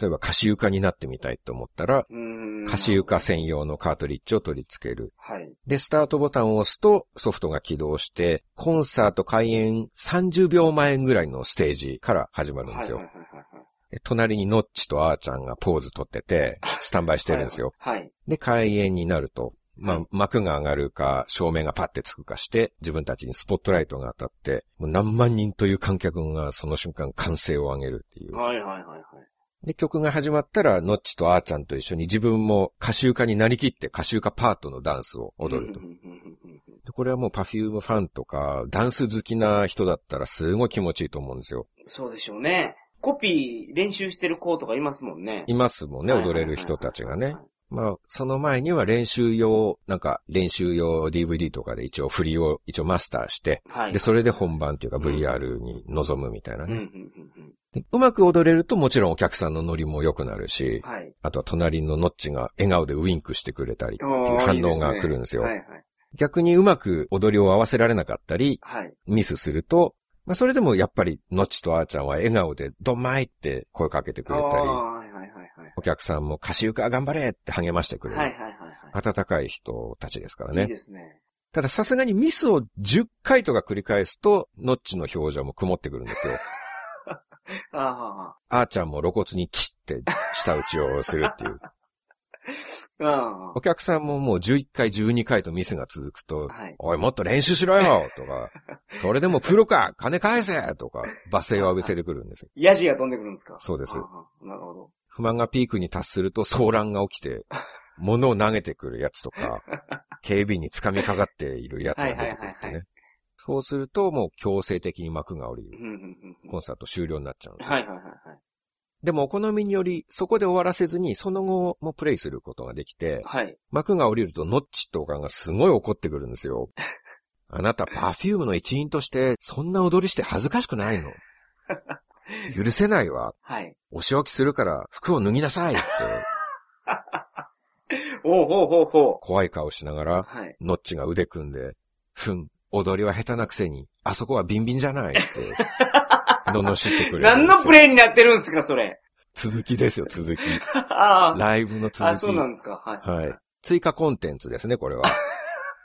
例えば歌詞床になってみたいと思ったら、うーんうん歌詞床専用のカートリッジを取り付ける。はい。で、スタートボタンを押すとソフトが起動して、コンサート開演30秒前ぐらいのステージから始まるんですよ。はいはいはいはいで隣にノッチとあーちゃんがポーズ取ってて、スタンバイしてるんですよ。はい。で、開演になると、まはあ、幕が上がるか、照明がパッてつくかして、自分たちにスポットライトが当たって、もう何万人という観客がその瞬間歓声を上げるっていう。はいはいはいはい。で、曲が始まったら、ノッチとあーちゃんと一緒に自分も歌集歌になりきって歌集歌パートのダンスを踊ると。うんうんうんうんうんでこれはもうパフュームファンとか、ダンス好きな人だったらすごい気持ちいいと思うんですよ。そうでしょうね。コピー練習してる子とかいますもんね。いますもんね、はいはい踊はいれる人たちがね。。まあ、その前には練習用、なんか練習用 DVD とかで一応振りを一応マスターして、はい。で、それで本番っていうかうん VR に臨むみたいなうんうんね。うんうんでうまく踊れるともちろんお客さんのノリも良くなるし、はい。あとは隣のノッチが笑顔でウィンクしてくれたりっていうおーい反いで応すねが来るんですよ。はいはい。逆にうまく踊りを合わせられなかったり、はい。ミスすると、まあそれでもやっぱりノッチとあーちゃんは笑顔でドンマイって声かけてくあれあたり、はいはいはいはい。お客さんも歌手か頑張れって励ましてくれるはい。はいはい温かい人たちですからはい。いいね。ですね。たださすがにミスを10回とか繰り返すと、ノッチの表情も曇ってくるんですよ。あーはあーちゃんも露骨にチッって舌打ちをするってい <laughs> う。ーはー。お客さんももう11回、12回とミスが続くとあ、はい。おい、もっと練習しろよとか、それでもプロか金返せとか、罵声を浴びせてくるんですよ。ヤジが飛んでくるんですかそうですあーはーなるほど。不満がピークに達すると騒乱が起きて、物を投げてくるやつとか、警備員に掴みかかっているやつが出てくるっはいはていはいはね。そうするともう強制的に幕が降りうる。んうんうんうコんンサート終了になっちゃうんですよはいはいはいはでもお好みにより、そこで終わらせずに、その後もプレイすることができて、い。はい。幕が降りるとノッチとかがすごい怒ってくるんです <laughs> よ。あなた、パフュームの一員として、そんな踊りして恥ずかしくない <laughs> の許せないわ。はい。お仕置きするから、服を脱ぎなさいって、おうほうほうほ怖い顔しながう。ら、はい。ノッチが腕組んで、ふん、踊りは下手なくせに、あそこはビンビンじゃない <laughs> って、罵ってくれるんですよ。何のプレイになってるんですか、それ。続きですよ、続き。あーライブの続き。あ、そうなんですか。はい。はい。追加コンテンツですね、これは。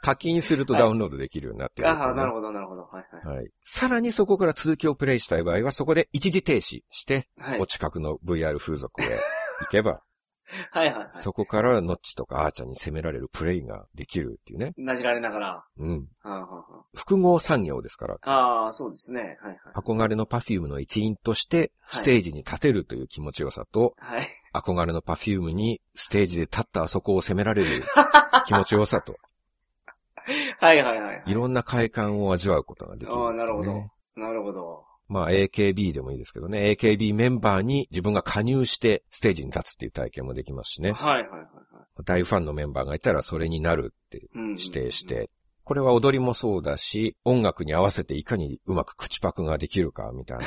課金するとダウンロードできるようになっている、ああ、なるほど、なるほど。はいはい。はい。さらにそこから続きをプレイしたい場合は、そこで一時停止して、はいお。近くの VR 風俗へ行けば、 <laughs> はいはいはい。そこからノッチとかあーちゃんに攻められるプレイができるっていうね。なじられながら。うん。はあはあは複合産業ですから、あああ、そうですね。はいはい。憧れのパフュームの一員として、はいステージに立てるという気持ちよさと、はい。憧れのパフュームに、ステージで立ったあそこを攻められる気持ちよさと、 <laughs> はいはいはいいはろんな快感を味わうことがい。できる、ああ、なるほど。。なるほど。まあ AKB でもいいですけどね、AKB メンバーに自分が加入してステージに立つっていう体験もできますしね、はいはいはいはい。大ファンのメンバーがいたらそれになるってうん指定し。て、これは踊りもそうだし、音楽に合わせていかにうまく口パクができるかみたい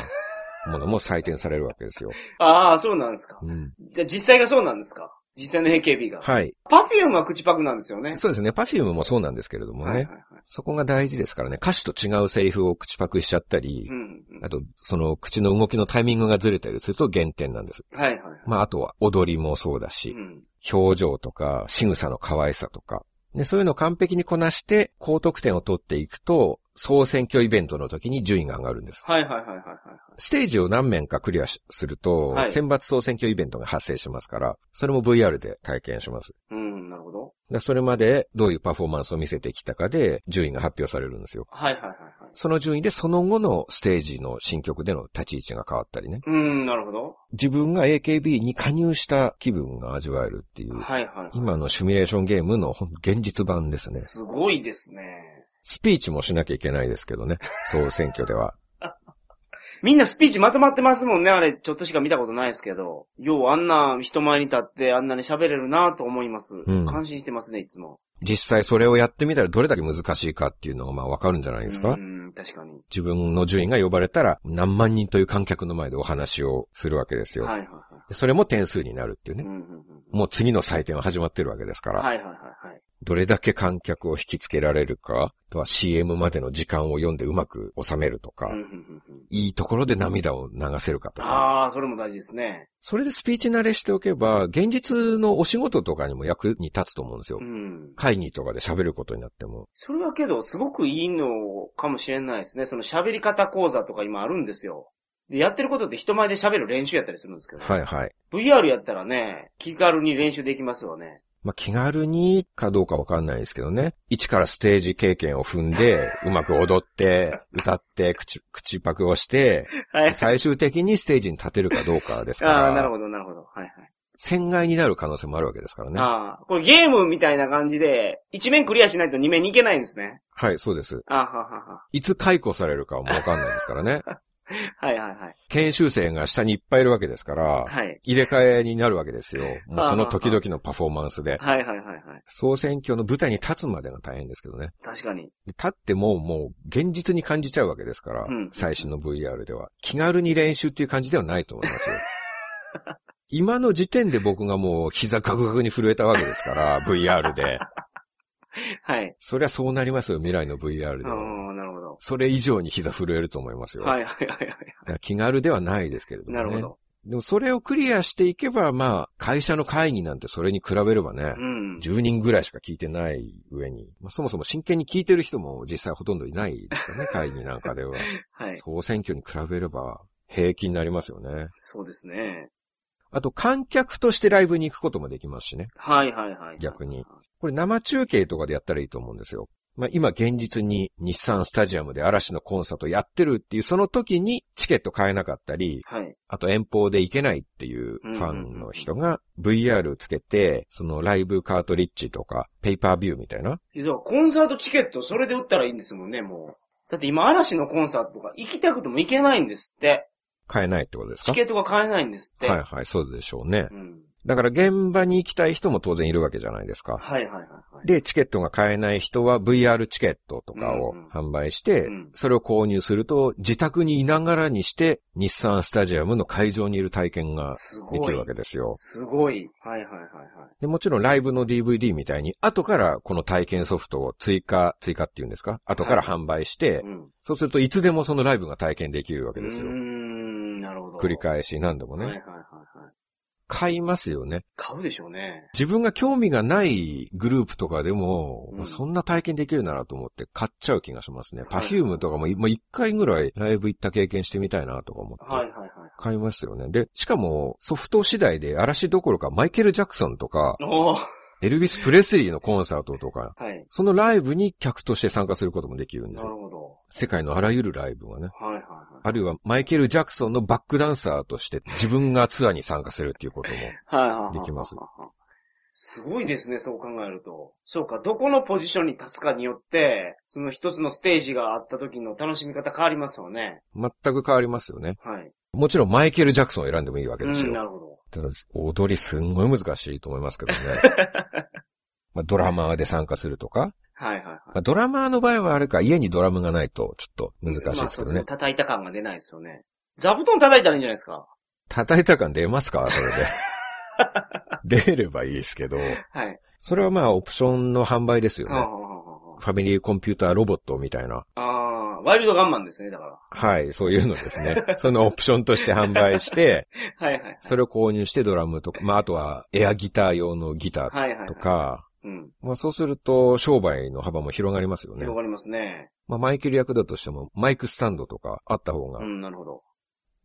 なものも採点されるわけ <laughs> ですよ。ああ、そうなんですか。うん、じゃあ実際がそうなんですか実際の AKB が。はい。パフュームは口パクなんですよね。そうですね、Perfume もそうなんですけれどもね、はいはいはい。そこが大事ですからね、歌詞と違うセリフを口パクしちゃったりう、んうん。あと、その口の動きのタイミングがずれたりすると減点なんです。はいはいはい。まあ、あとは踊りもそうだうし、ん。表情とか、仕草の可愛さとか。で、そういうのを完璧にこなして、高得点を取っていくと、総選挙イベントの時に順位が上がるんです。はいはいはいはいはいはい。ステージを何面かクリアしすると、はい選抜総選挙イベントが発生しますから、それも VR で体験します。うん、なるほど。でそれまでどういうパフォーマンスを見せてきたかで、順位が発表されるんですよ。はいはいはいはい。その順位でその後のステージの新曲での立ち位置が変わったりね。うん、なるほど。自分が AKB に加入した気分が味わえるっていう、はいはいはい。今のシミュレーションゲームのほん現実版ですね。すごいですね。スピーチもしなきゃいけないですけどね。 <laughs> 総選挙では。みんなスピーチまとまってますもんね。あれ、ちょっとしか見たことないですけど。よう、あんな人前に立って、あんなに喋れるなと思います。ん感心してますね、いつも。実際それをやってみたらどれだけ難しいかっていうのがまあわかるんじゃないですか、うん、確かに。自分の順位が呼ばれたら何万人という観客の前でお話をするわけですよ。はいはいはでそれも点数になるっていうねい。う。んうんうんもう次の採点は始まってるわけですから、はいはいはいはい。どれだけ観客を引きつけられるか、あとは CM までの時間を読んでうまく収めるとか、うんうんうんうんいいところで涙を流せるかとか。ああ、それも大事ですね。それでスピーチ慣れしておけば、現実のお仕事とかにも役に立つと思うんですよう。ん。会議とかで喋ることになっても。それはけど、すごくいいのかもしれないですね。その喋り方講座とか今あるんですよ。で、やってることって人前で喋る練習やったりするんですけど、はいはい。 VR やったらね、気軽に練習できますよね。まあ、気軽にかどうかわかんないですけどね。一からステージ経験を踏ん <laughs> で、うまく踊って、歌って、口、口パクをして、はい。最終的にステージに立てるかどうかですから。 <laughs> ああ、なるほど、なるほど。はいはい。仙外になる可能性もあるわけですからね。ああ、これゲームみたいな感じで、一面クリアしないと二面に行けないんですね。はい、そうです。ああ、ははは。いつ解雇されるかもわかんないですから <laughs> ね。はいはいはい。研修生が下にいっぱいいるわけですから、はい。入れ替えになるわけですよ。もうその時々のパフォーマンスで。はいはいはいはい。総選挙の舞台に立つまでが大変ですけどね。確かに。で立ってももう現実に感じちゃうわけですから、うん最新の VR では。気軽に練習っていう感じではないと思い <laughs> ますよ。今の時点で僕がもう膝ガクガクに震えたわけですから、VR で。はい。そりゃそうなりますよ、未来の VR であは。あ、なるほど。それ以上に膝震えると思いますよ。はいはいはいはい。いや気軽ではないですけれども、ね。なるほど。でもそれをクリアしていけば、まあ、会社の会議なんてそれに比べればね、うん。 10人ぐらいしか聞いてない上に、まあ、そもそも真剣に聞いてる人も実際ほとんどいないですよ <laughs> ね、会議なんかでは。はい。総選挙に比べれば平気になりますよね。そうですね。あと観客としてライブに行くこともできますしね。はいはいはい。逆に。これ生中継とかでやったらいいと思うんですよ。まあ今現実に日産スタジアムで嵐のコンサートやってるっていうその時にチケット買えなかったり、はい。あと遠方で行けないっていうファンの人が VR つけて、そのライブカートリッジとかペーパービューみたいな。いや、だからコンサートチケットそれで売ったらいいんですもんね、もう。だって今、嵐のコンサートとか行きたくても行けないんですって。買えないってことですかチケットが買えないんですって。はいはい、そうでしょうねう。ん。だから現場に行きたい人も当然いるわけじゃないですか。はいはいはいはい。で、チケットが買えない人は VR チケットとかをうんうん販売して、うんそれを購入すると、自宅にいながらにして、日産スタジアムの会場にいる体験がすでごきいるわ。けですよ。すごい。はいはいはいはい。でもちろんライブの DVD みたいに、後からこの体験ソフトを追加、追加っていうんですか後から販売して、うん。そうするといつでもそのライブが体験できるわけですようー。ん、なるほど。繰り返し何度もね、はいはいはいはい。買いますよね。買うでしょうね。自分が興味がないグループとかでも、うんそんな体験できるならと思って買っちゃう気がしますね。はいパフュームとかも、もう一回ぐらいライブ行った経験してみたいなとか思って。はいはいはい。買いますよね。で、しかも、ソフト次第で嵐どころかマイケル・ジャクソンとか、 <laughs> おーエルビス・プレスリーのコンサートとか、はい。そのライブに客として参加することもできるんでなするよ。ほど。世界のあらゆるライブがね。はいはいはあるいはマイケル・ジャクソンのバックダンサーとして自分がツアーに参加するっていうことも。い。はいはいはい。できます。すごいですね、そう考えると。そうか、どこのポジションに立つかによって、その一つのステージがあった時の楽しみ方変わりますよね。全く変わりますよね。はい。もちろんマイケル・ジャクソンを選んでもいいわけうですん、よ。なるほど。ただ、踊りすんごい難しいと思いますけどね。 <laughs> まあ、ドラマーで参加するとか。はいはいはい。まあ、ドラマーの場合はあれか、家にドラムがないとちょっと難しいですけどまあそうねね。叩いた感が出ないですよね。座布団叩いたらいいんじゃないですか。叩いた感出ますかそ <laughs> れで。出ればいいですけど。はい。それはまあ、オプションの販売ですよはあはね。あはあはファミリーコンピューターロボットみたいな。ああー、ワイルドガンマンですね、だから。はい、そういうのです <laughs> ね。そのオプションとして販売して、はいはいはい。それを購入してドラムとか、まあ、あとはエアギター用のギターはいはい、はい。とか、うん。まあそうすると商売の幅も広がりますよね広。がりますね。まあマイケル役だとしてもマイクスタンドとかあった方がう、ん、なるほど。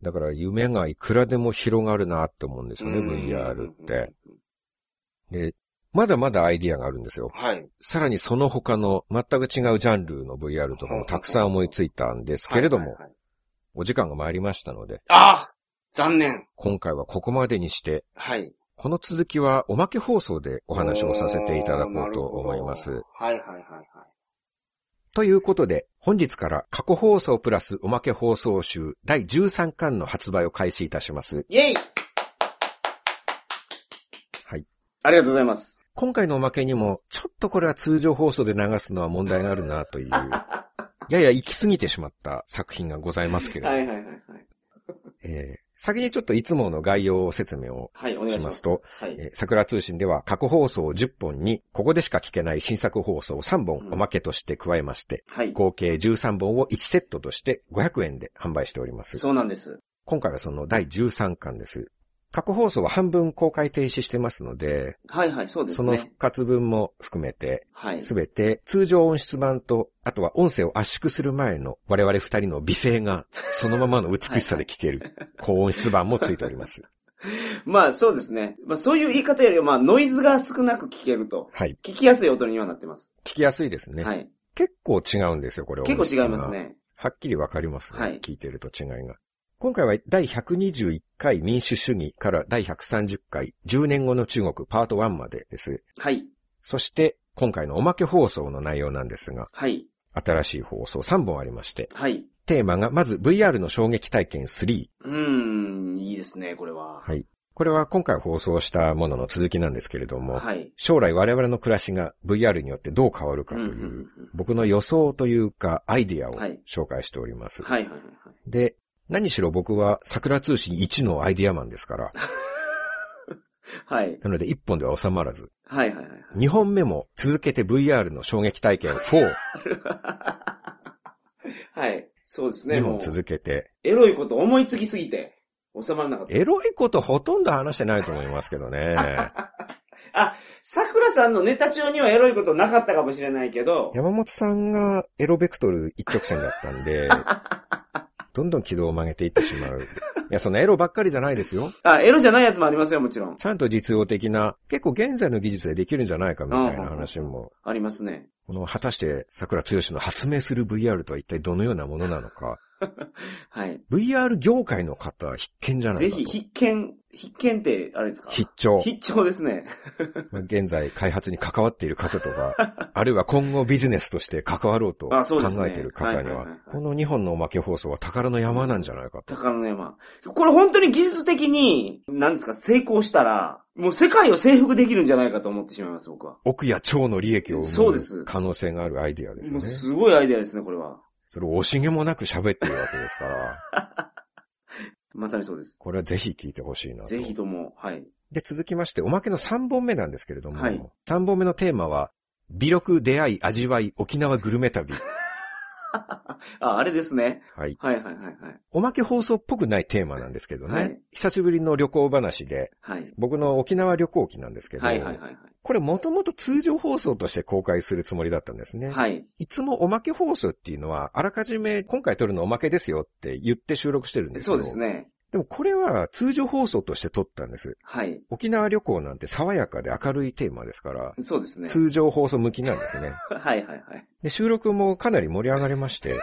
だから夢がいくらでも広がるなって思うんですよね、うん VR って。。で、まだまだアイディアがあるんですよ。はい。さらにその他の全く違うジャンルの VR とかもたくさん思いついたんですけれどはいもはい、はいお時間が参りましたので、ああ残念。今回はここまでにして、はい。この続きはおまけ放送でおお話をさせていただこうと思います。。はいはいはいはい。ということで、本日から過去放送プラスおまけ放送集第13巻の発売を開始いたします。イェイはい。ありがとうございます。今回のおまけにも、ちょっとこれは通常放送で流すのは問題があるなという、やや行き過ぎてしまった作品がございますけれど、はいはいはいはい。えー先にちょっといつもの概要説明をはい、お願いししまますす。と、はい。えー桜通信では過去放送10本に、ここでしか聞けない新作放送3本おまけとして加えまして、はい。合計13本を1セットとして500円で販売しております。そうなんです。今回はその第13巻です。過去放送は半分公開停止してますので、はいはい、そうですそのね復。活分も含めて、はい。すべて通常音質版と、あとは音声を圧縮する前の我々二人の美声がそのままの美しさで聞ける高音質版もついております。まあそうですね。まあそういう言い方よりは、まあノイズが少なく聞けると。はい。聞きやすい音にはなってます。聞きやすいですね。はい。結構違うんですよ、これ結構違います。音質がね。はっきりわかります、ねはい聞いてると違いが。今回は第121回民主主義から第130回10年後の中国パート1までです。はい。そして、今回のおまけ放送の内容なんですが、はい。新しい放送3本ありまして、はい。テーマがまず VR の衝撃体験3。うーん、いいですね、これは。はいこれは今回放送したものの続きなんですけれども、はい。将来我々の暮らしが VR によってどう変わるかうとんういんう、うん僕の予想というかアイディアをはい紹介しております。はいはいはいはい。で、何しろ僕は桜通信1のアイディアマンですから、はい。なので1本では収まらず、はいはいはいはい。 2本目も続けて VR の衝撃体験4、はい。そうですね。 2も本う、続けて、エロいこと思いつきすぎて、収まらなかった。エロいことほとんど話してないと思いますけどね。桜さんのネタ帳にはエロいことなかったかもしれないけど、山本さんがエロベクトル一直線だったんで、どんどん軌道を曲げていってしまう。いや、そのエロばっかりじゃないですよ。あ、エロじゃないやつもありますよ、もちろん。ちゃんと実用的な、結構現在の技術でできるんじゃないかみたいな話も、ありますね。この果たして桜剛の発明する VR とは一体どのようなものなのか、はい。 VR 業界の方は必見じゃないぜかと。ひ、必見、必見って、あれですか必聴。必聴ですね。 <laughs> まあ現在開発に関わっている方と <laughs> か、あるいは今後ビジネスとして関わろうと考あそうですねえている方にはいはいははいはい、この2本のおまけ放送は宝の山なんじゃないかと。宝の山。これ本当に技術的に、なんですか、成功したら、もう世界を征服できるんじゃないかと思ってしまいます、僕は。奥や腸の利益をそう生でむす可能性があるアイディアですもようね。すごいアイデアですね、これは。それを惜しげもなく喋っているわけです <laughs> から、まさにそうです。これはぜひ聞いてほしいなと。ぜひとも、はい。で、続きまして、おまけの3本目なんですけれども、はい3本目のテーマは、美力、出会い、味わい、沖縄グルメ旅。あ、あれですね。はい。はいはいはいはい。おまけ放送っぽくないテーマなんですけどね、はい久しぶりの旅行話で、はい。僕の沖縄旅行記なんですけど、はいはいはいこれもともと通常放送として公開するつもりだったんですね。はい。はい。いつもおまけ放送っていうのは、あらかじめ今回撮るのおまけですよって言って収録してるんですそよ。うです。ね。でもこれは通常放送として撮ったんです。はい。沖縄旅行なんて爽やかで明るいテーマですから、そうですね。通常放送向きなんですね。 <laughs> はいはいはい。で、収録もかなり盛り上がりまして、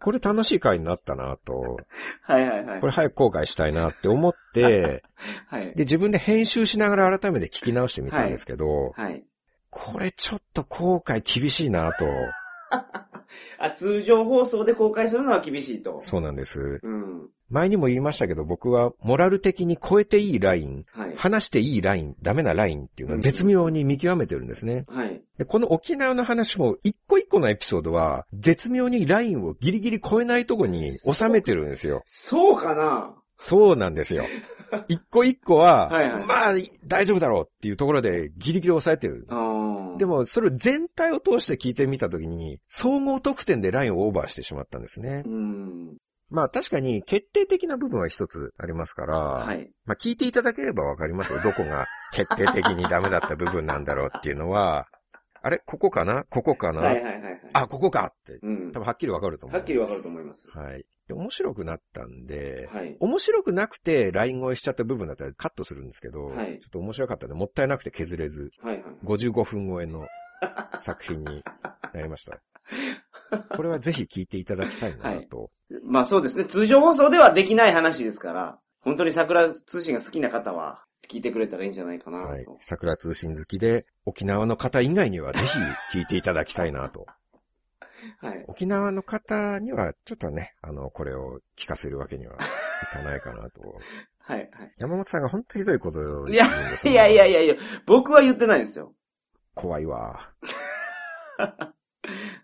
これ楽しい回になったなと、はいはいはい。これ早く後悔したいなって思って、はい。で、自分で編集しながら改めて聞き直してみたんですけど、はい。これちょっと後悔厳しいなと、あ、通常放送で公開するのは厳しいと。そうなんです。うん。前にも言いましたけど、僕はモラル的に超えていいライン、はい。話していいライン、ダメなラインっていうのを絶妙に見極めてるんですね。はい。でこの沖縄の話も一個一個のエピソードは、絶妙にラインをギリギリ超えないとこに収めてるんですよ。そうかなそうなんですよ。一個一個は、 <laughs> はいはいまあ、大丈夫だろうっていうところでギリギリ抑えてる。ああ。で、も、それを全体を通して聞いてみたときに、総合得点でラインをオーバーしてしまったんですねう。ん。まあ確かに決定的な部分は一つありますから、はい。まあ聞いていただければわかりますよ。どこが決定的にダメだった部分なんだろうっていうのは、あれここかなここかな、はいはいはいはい。あ、ここかって、うん多。分はっきりわかると思う。はっきりわかると思います。はい。で、面白くなったんで、はい。面白くなくてライン越えしちゃった部分だったらカットするんですけど、はいちょっと面白かったんで、もったいなくて削れず、はいはい。 55分超えの作品になりま <laughs> した。これはぜひ聞いていただきたいなと。まあそうですね。通常放送ではできない話ですから、本当に桜通信が好きな方は、聞いてくれたらいいんじゃないかなと。はい。桜通信好きで、沖縄の方以外にはぜひ聞いていただきたいな <laughs> と。はい。沖縄の方には、ちょっとね、あの、これを聞かせるわけにはいかないかなと。はい。山本さんが本当ひどいことをいや言うんですはよい。いやいやいやいや、僕は言ってないですよ。怖いわ。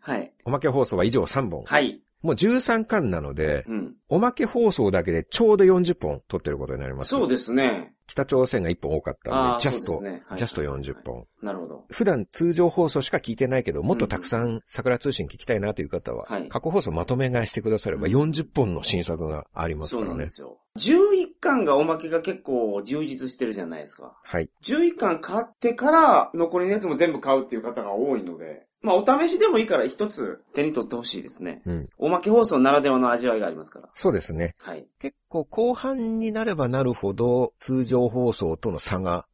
はい。おまけ放送は以上3本。はい。もう13巻なので、うん。おまけ放送だけでちょうど40本撮ってることになります。そうですね。北朝鮮が1本多かったあのあ、で、ジャスそト、うですねジャスト。はい40本。なるほど。普段通常放送しか聞いてないけど、もっとたくさん桜通信聞きたいなという方は、はい過去放送まとめ買いしてくださればうん40本の新作がありますそかうならんねで。すよ。11巻がおまけが結構充実してるじゃないですか。はい。 11巻買ってから残りのやつも全部買うっていう方が多いので、まあお試しでもいいから一つ手に取ってほしいですね。うん。おまけ放送ならではの味わいがありますから。そうですね。はい。結構後半になればなるほど通常放送との差が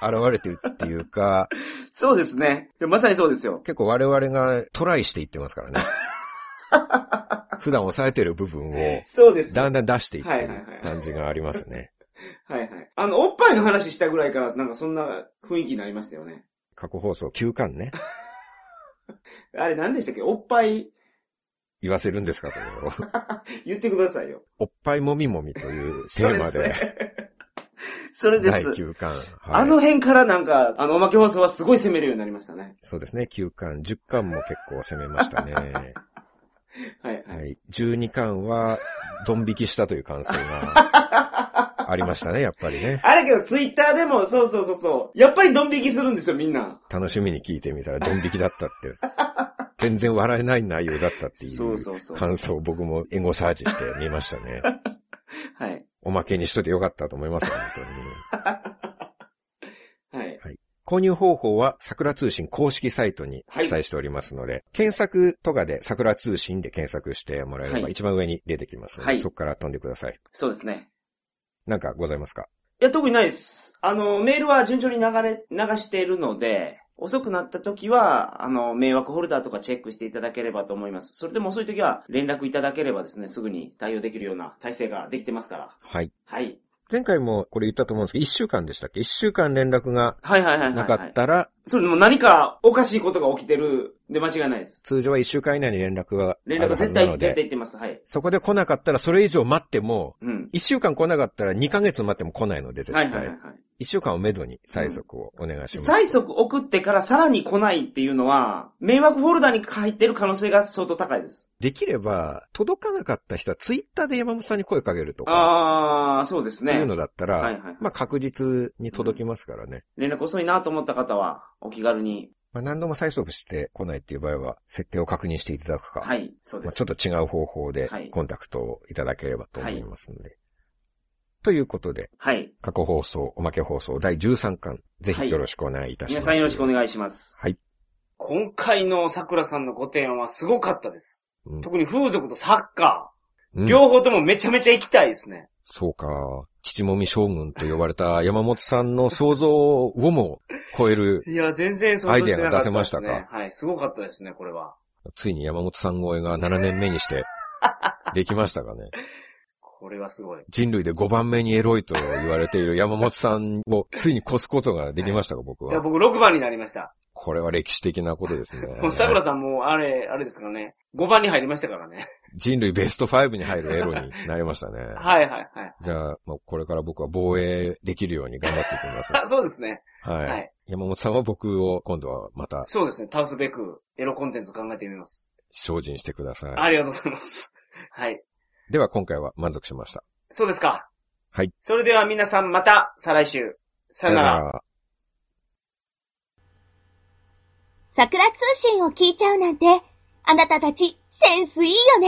現れてるっていう <laughs> か、そうですね。でまさにそうですよ。結構我々がトライしていってます <laughs> からね。普段抑えてる部分を、そうです。だはいんだん出していってはいるはいはい感じがありますね。はい。あの、おっぱいの話したぐらいからなんかそんな雰囲気になりましたよね。過去放送9巻ね。あれ何でしたっけおっぱい言わせるんですか、それを。言ってくださいよ。おっぱいもみもみというテーマ <laughs> それで、それで第す。 9巻。はいあの辺からなんか、あのおまけ放送はすごい攻めるようになりましたね。そうですね、9巻。10巻も結構攻めました <laughs> ね。はい、は。はいい。12巻は、ドン引きしたという感想が、 <laughs> ありましたね、やっぱりね。あれけど、ツイッターでも、そうそうそうそう。やっぱりドン引きするんですよ、みんな。楽しみに聞いてみたらドン引きだったって。全然笑えない内容だったっていそううそうそう感想を僕もエゴサーチしてみましたね。はい。おまけにしといてよかったと思います、本当に。はい。購入方法は桜通信公式サイトに記載しておりますので、検索とかで桜通信で検索してもらえれはばい一番上に出てきますので、はいそこから飛んでください。そうですね。なんかございますかいや、特にないです。あの、メールは順調に流れ、流しているので、遅くなった時は、あの、迷惑ホルダーとかチェックしていただければと思います。それでも遅い時は、連絡いただければですね、すぐに対応できるような体制ができてますから。はい。はい。前回もこれ言ったと思うんですけど、一週間でしたっけ一週間連絡がはいはいはいはい、はい。なかったら、それでも何かおかしいことが起きてるで間違いないです。通常は一週間以内に連絡があ連る絡は絶ずな対、の絶対で、言ってます。はい。そこで来なかったらそれ以上待っても、うん。一週間来なかったら二ヶ月待っても来ないので、絶は対。い一、はいはい、はい。週間をめどに催促をお願いします。最速送ってからさらに来ないっていうのは、迷惑フォルダに入ってる可能性が相当高いです。できれば、届かなかった人はツイッターで山本さんに声かけるとか。あー、そうですってねいう。のだったら、はいはいまあ確実に届きますからね。連絡遅いなと思った方は、お気軽に。まあ何度も催促してこないっていう場合は、設定を確認していただくか、はい、そうでまあす。ちょっと違う方法ではいコンタクトをいただければと思いますので。ということで、はい。過去放送、おまけ放送第13巻、ぜはひいよろしくお願いいたしま皆す。さんよろしくお願いします。はい。今回の桜さんのご提案はすごかったです。うん特に風俗とサッカうー。ん両方ともめちゃめちゃ行きたいですね。そうか。父もみ将軍と呼ばれた山本さんの想像をも超える、いや、全然想像してなかっアたです、ね。イデアが出せましたかはい、すごかったですね、これは。ついに山本さん超えが7年目にして、できましたかね。これはすごい。人類で5番目にエロいと言われている山本さんをついに越すことができましたか、僕いや、は。僕6番になりました。これは歴史的なことですね。もう桜さんもう、あれ、あれですからね。5番に入りましたからね。人類ベスト5に入るエロになりましたね。はいはいはい。じゃあ、まあ、これから僕は防衛できるように頑張っていきます。あそうですね。はい、はい山本さんは僕を今度はまたそうですね。倒すべく、エロコンテンツ考えてみます。精進してくださありがとうございます。はい。い。では今回は満足しました。そうですか。はい。それでは皆さんまた、再来週。さよなら。。桜通信を聞いちゃうなんて、あなたたちセンスいいよね。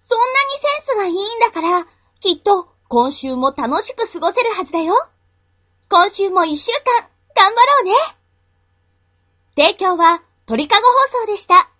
そんなにセンスがいいんだから、きっと今週も楽しく過ごせるはずだよ。今週も一週間、頑張ろうね。提供は鳥かご放送でした。